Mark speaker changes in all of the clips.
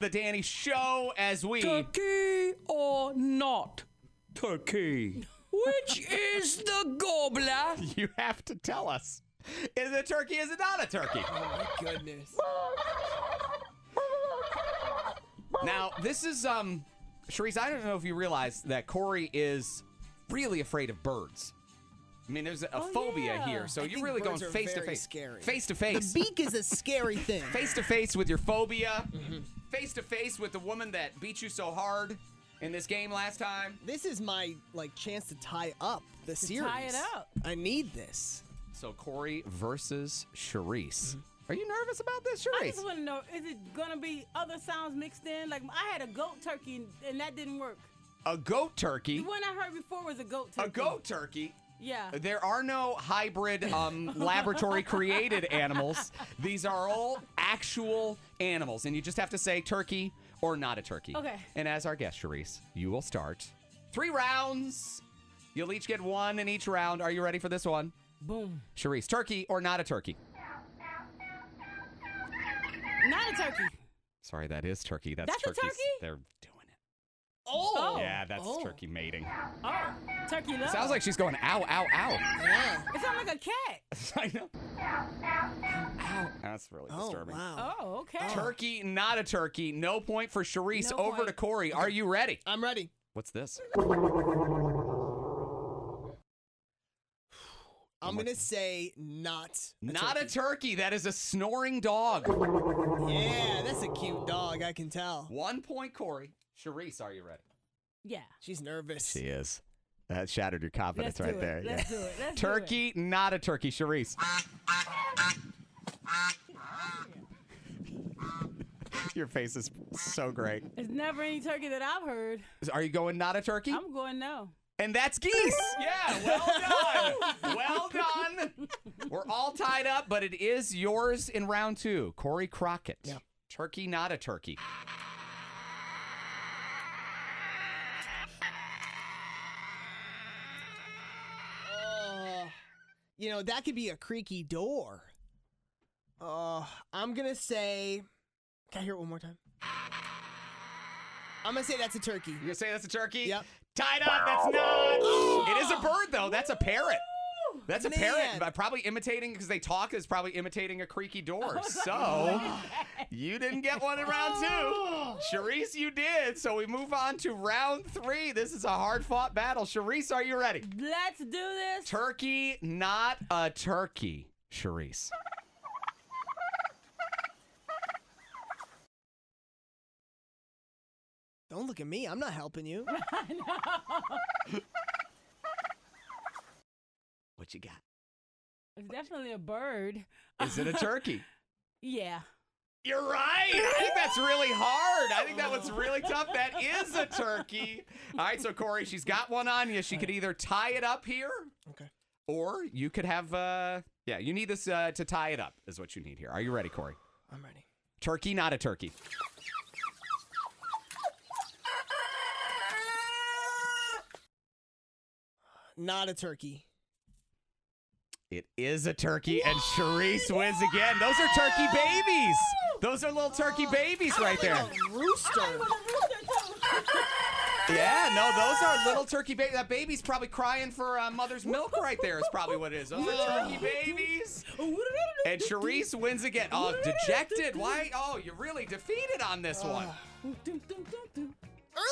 Speaker 1: the Danny Show as we.
Speaker 2: Turkey or not turkey? Which is the gobbler?
Speaker 1: You have to tell us. Is it a turkey? Is it not a turkey?
Speaker 3: Oh,
Speaker 2: My goodness.
Speaker 1: Now, this is um Sharice, I don't know if you realize that Corey is really afraid of birds. I mean, there's a phobia
Speaker 3: Oh, yeah.
Speaker 1: here, so
Speaker 3: I
Speaker 1: you're
Speaker 3: think
Speaker 1: really going
Speaker 3: birds are
Speaker 1: face to
Speaker 3: very
Speaker 1: face.
Speaker 3: scary.
Speaker 1: Face to
Speaker 3: The
Speaker 1: face.
Speaker 3: beak is a scary thing.
Speaker 1: Face to face with your phobia.
Speaker 3: Mm-hmm.
Speaker 1: Face to face with the woman that beat you so hard in this game last time.
Speaker 3: This is my like chance to tie up the series.
Speaker 4: tie it up.
Speaker 3: I need this.
Speaker 1: So Corey versus Sharice. Are you nervous about this, Sharice?
Speaker 4: Mm-hmm. I just want to know, is it going to be other sounds mixed in? Like, I had a goat turkey, and, and that didn't work.
Speaker 1: a goat turkey.
Speaker 4: The one I heard before was a goat turkey.
Speaker 1: A goat turkey.
Speaker 4: Yeah.
Speaker 1: There are no hybrid um, laboratory created animals. These are all actual animals, and you just have to say turkey or not a turkey.
Speaker 4: Okay.
Speaker 1: And as our guest, Charisse, you will start three rounds. You'll each get one in each round. Are you ready for this one?
Speaker 4: Boom.
Speaker 1: Charisse, turkey or not a turkey?
Speaker 4: Not a turkey.
Speaker 1: Sorry, that is turkey. That's,
Speaker 4: That's a
Speaker 1: turkey's-
Speaker 4: turkey?
Speaker 1: They're doing it.
Speaker 4: Oh.
Speaker 1: yeah, that's
Speaker 4: Oh.
Speaker 1: turkey mating.
Speaker 4: Oh. Turkey love.
Speaker 1: Sounds like she's going ow, ow, ow.
Speaker 3: Yeah.
Speaker 4: It sounds like a cat.
Speaker 1: I know. Ow. That's really
Speaker 3: Oh
Speaker 1: disturbing.
Speaker 3: wow.
Speaker 4: Oh, okay.
Speaker 1: Turkey, not a turkey. No point for Sharice.
Speaker 4: No
Speaker 1: Over
Speaker 4: point.
Speaker 1: to Corey. Are you ready?
Speaker 3: I'm ready.
Speaker 1: What's this?
Speaker 3: I'm gonna say not. A
Speaker 1: not
Speaker 3: turkey.
Speaker 1: a turkey. That is a snoring dog.
Speaker 3: yeah, that's a cute dog. I can tell.
Speaker 1: One point, Corey. Sharice, are you ready?
Speaker 4: Yeah.
Speaker 3: She's nervous.
Speaker 1: is. That shattered your confidence
Speaker 4: Let's do it. Let's do it. Let's do it.
Speaker 1: Turkey, not a turkey. Sharice. your face is so great.
Speaker 4: There's never any turkey that I've heard.
Speaker 1: Are you going not a turkey?
Speaker 4: I'm going no.
Speaker 1: And that's geese. Yeah, well done. well done. We're all tied up, but it is yours in round two. Corey Crockett. Turkey, not a turkey.
Speaker 3: Oh, you know that could be a creaky door. Oh, I'm gonna say. Can I hear it one more time? I'm gonna say that's a turkey.
Speaker 1: You gonna say that's a turkey?
Speaker 3: Yep.
Speaker 1: Tied up. That's not. It is a bird though. That's a parrot. That's a parrot,
Speaker 3: Man.
Speaker 1: but probably imitating because they talk is probably imitating a creaky door. So you didn't get one in round two. Sharice, you did. So we move on to round three. This is a hard fought battle. Sharice, are you ready?
Speaker 4: Let's do this.
Speaker 1: Turkey, not a turkey, Charisse.
Speaker 3: Don't look at me. I'm not helping you.
Speaker 1: What you got?
Speaker 4: it's definitely a bird.
Speaker 1: Is it a turkey?
Speaker 4: Yeah.
Speaker 1: You're right. I think that's really hard. I think that one's really tough. That is a turkey. All right, so Corey, she's got one on you. She could either tie it up here,
Speaker 3: Okay.
Speaker 1: or you could have. Uh, yeah, you need this uh, to tie it up. Is what you need here. Are you ready, Corey?
Speaker 3: I'm ready.
Speaker 1: Turkey, not a turkey.
Speaker 3: Not a turkey.
Speaker 1: It is a turkey, and Charisse wins again. Those are turkey babies. Those are little turkey babies right there.
Speaker 3: A rooster.
Speaker 1: Yeah, no, those are little turkey babies. That baby's probably crying for uh, mother's milk right there. Is probably what it is. Those are turkey babies. And Charisse wins again. Oh, dejected. Why? Oh, you're really defeated on this one.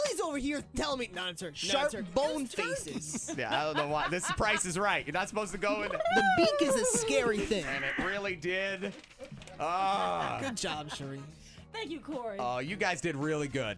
Speaker 3: Early's over here telling me not a turkey.
Speaker 5: Sharp
Speaker 3: not a turkey.
Speaker 5: bone
Speaker 3: It's turkey.
Speaker 5: faces.
Speaker 1: Yeah, I don't know why. This price is right. You're not supposed to go in.
Speaker 3: The beak is a scary thing.
Speaker 1: And it really did. Ah.
Speaker 3: Good job, Cherie.
Speaker 4: Thank you, Corey.
Speaker 1: Oh, you guys did really good.